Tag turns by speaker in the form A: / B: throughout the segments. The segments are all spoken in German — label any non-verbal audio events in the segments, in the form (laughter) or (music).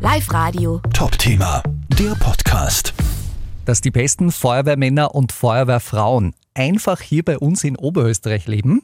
A: Live Radio.
B: Top-Thema, der Podcast.
C: dass die besten Feuerwehrmänner und Feuerwehrfrauen einfach hier bei uns in Oberösterreich leben.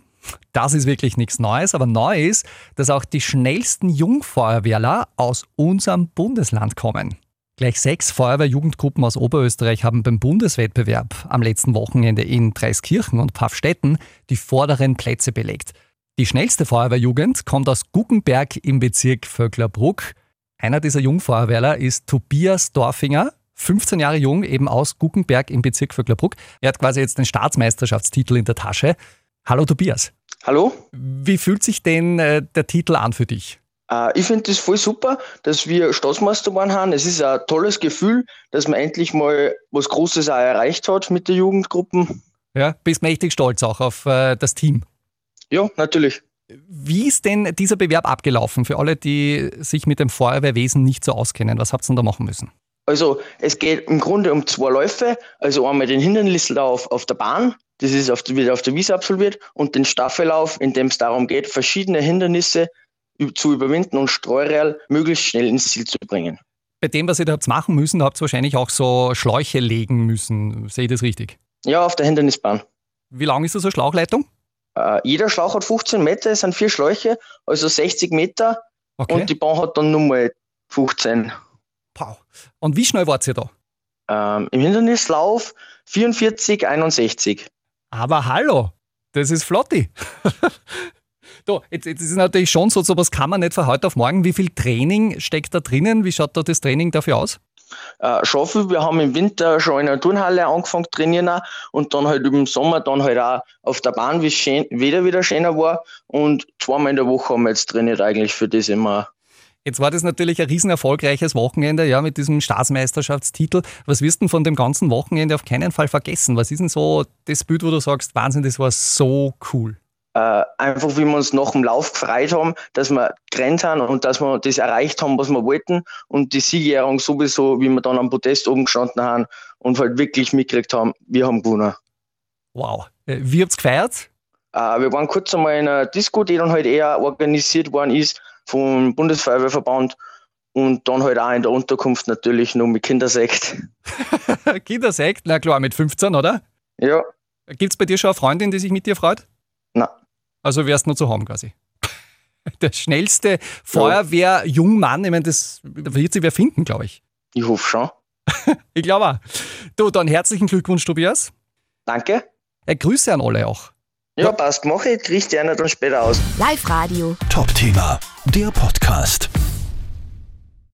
C: Das ist wirklich nichts Neues, aber neu ist, dass auch die schnellsten Jungfeuerwehrler aus unserem Bundesland kommen. Gleich sechs Feuerwehrjugendgruppen aus Oberösterreich haben beim Bundeswettbewerb am letzten Wochenende in Dreiskirchen und Pfaffstätten die vorderen Plätze belegt. Die schnellste Feuerwehrjugend kommt aus Guggenberg im Bezirk Vöcklerbruck. Einer dieser Jungfeuerwehrler ist Tobias Dorfinger, 15 Jahre jung, eben aus Guggenberg im Bezirk Vöcklerbruck. Er hat quasi jetzt den Staatsmeisterschaftstitel in der Tasche. Hallo Tobias,
D: Hallo?
C: wie fühlt sich denn äh, der Titel an für dich?
D: Äh, ich finde es voll super, dass wir Staatsmeister geworden haben. Es ist ein tolles Gefühl, dass man endlich mal was Großes auch erreicht hat mit der Jugendgruppen.
C: Ja, bist mächtig stolz auch auf äh, das Team.
D: Ja, natürlich.
C: Wie ist denn dieser Bewerb abgelaufen für alle, die sich mit dem Feuerwehrwesen nicht so auskennen? Was habt ihr denn da machen müssen?
D: Also es geht im Grunde um zwei Läufe. Also einmal den Hindernislauf auf der Bahn, das ist auf, wird auf der Wiese absolviert, und den Staffellauf, in dem es darum geht, verschiedene Hindernisse ü- zu überwinden und Streureal möglichst schnell ins Ziel zu bringen.
C: Bei dem, was ihr da habt machen müssen, habt ihr wahrscheinlich auch so Schläuche legen müssen. Sehe ich das richtig?
D: Ja, auf der Hindernisbahn.
C: Wie lang ist das so Schlauchleitung?
D: Äh, jeder Schlauch hat 15 Meter, es sind vier Schläuche, also 60 Meter.
C: Okay.
D: Und die Bahn hat dann nochmal 15.
C: Pau. Und wie schnell wart ihr da?
D: Ähm, Im Hindernislauf 44, 61.
C: Aber hallo, das ist Flotti. (laughs) du, jetzt, jetzt ist es natürlich schon so, sowas kann man nicht von heute auf morgen. Wie viel Training steckt da drinnen? Wie schaut da das Training dafür aus?
D: Äh, Schaufel, wir haben im Winter schon in der Turnhalle angefangen zu trainieren auch. und dann halt im Sommer dann halt auch auf der Bahn, wie es schön, wieder wieder schöner war. Und zweimal in der Woche haben wir jetzt trainiert eigentlich für das immer.
C: Jetzt war das natürlich ein riesen erfolgreiches Wochenende, ja, mit diesem Staatsmeisterschaftstitel. Was wirst du denn von dem ganzen Wochenende auf keinen Fall vergessen? Was ist denn so das Bild, wo du sagst, Wahnsinn, das war so cool?
D: Äh, einfach wie wir uns nach dem Lauf gefreut haben, dass wir gerannt haben und dass wir das erreicht haben, was wir wollten. Und die Siegerehrung sowieso, wie wir dann am Podest oben gestanden haben und halt wirklich mitgekriegt haben, wir haben gewonnen.
C: Wow. Äh, Wie habt's gefeiert? (laughs)
D: Äh, wir waren kurz einmal in einer Disco, die dann halt eher organisiert worden ist vom Bundesfeuerwehrverband und dann halt auch in der Unterkunft natürlich nur mit Kindersekt.
C: Kindersekt, na klar, mit 15, oder?
D: Ja,
C: Gibt's bei dir schon eine Freundin, die sich mit dir freut?
D: na,
C: Also wärst nur zu haben quasi. (laughs) Der schnellste Feuerwehrjungmann, ich meine, das wird sie wer finden, glaube ich.
D: ich hoffe schon.
C: Ich glaube auch. Du, dann herzlichen Glückwunsch, Tobias.
D: Danke.
C: Äh, Grüße an alle auch.
D: Ja, passt, mache ich, kriegt einer dann später aus.
A: Live Radio.
B: Top-Thema, der Podcast.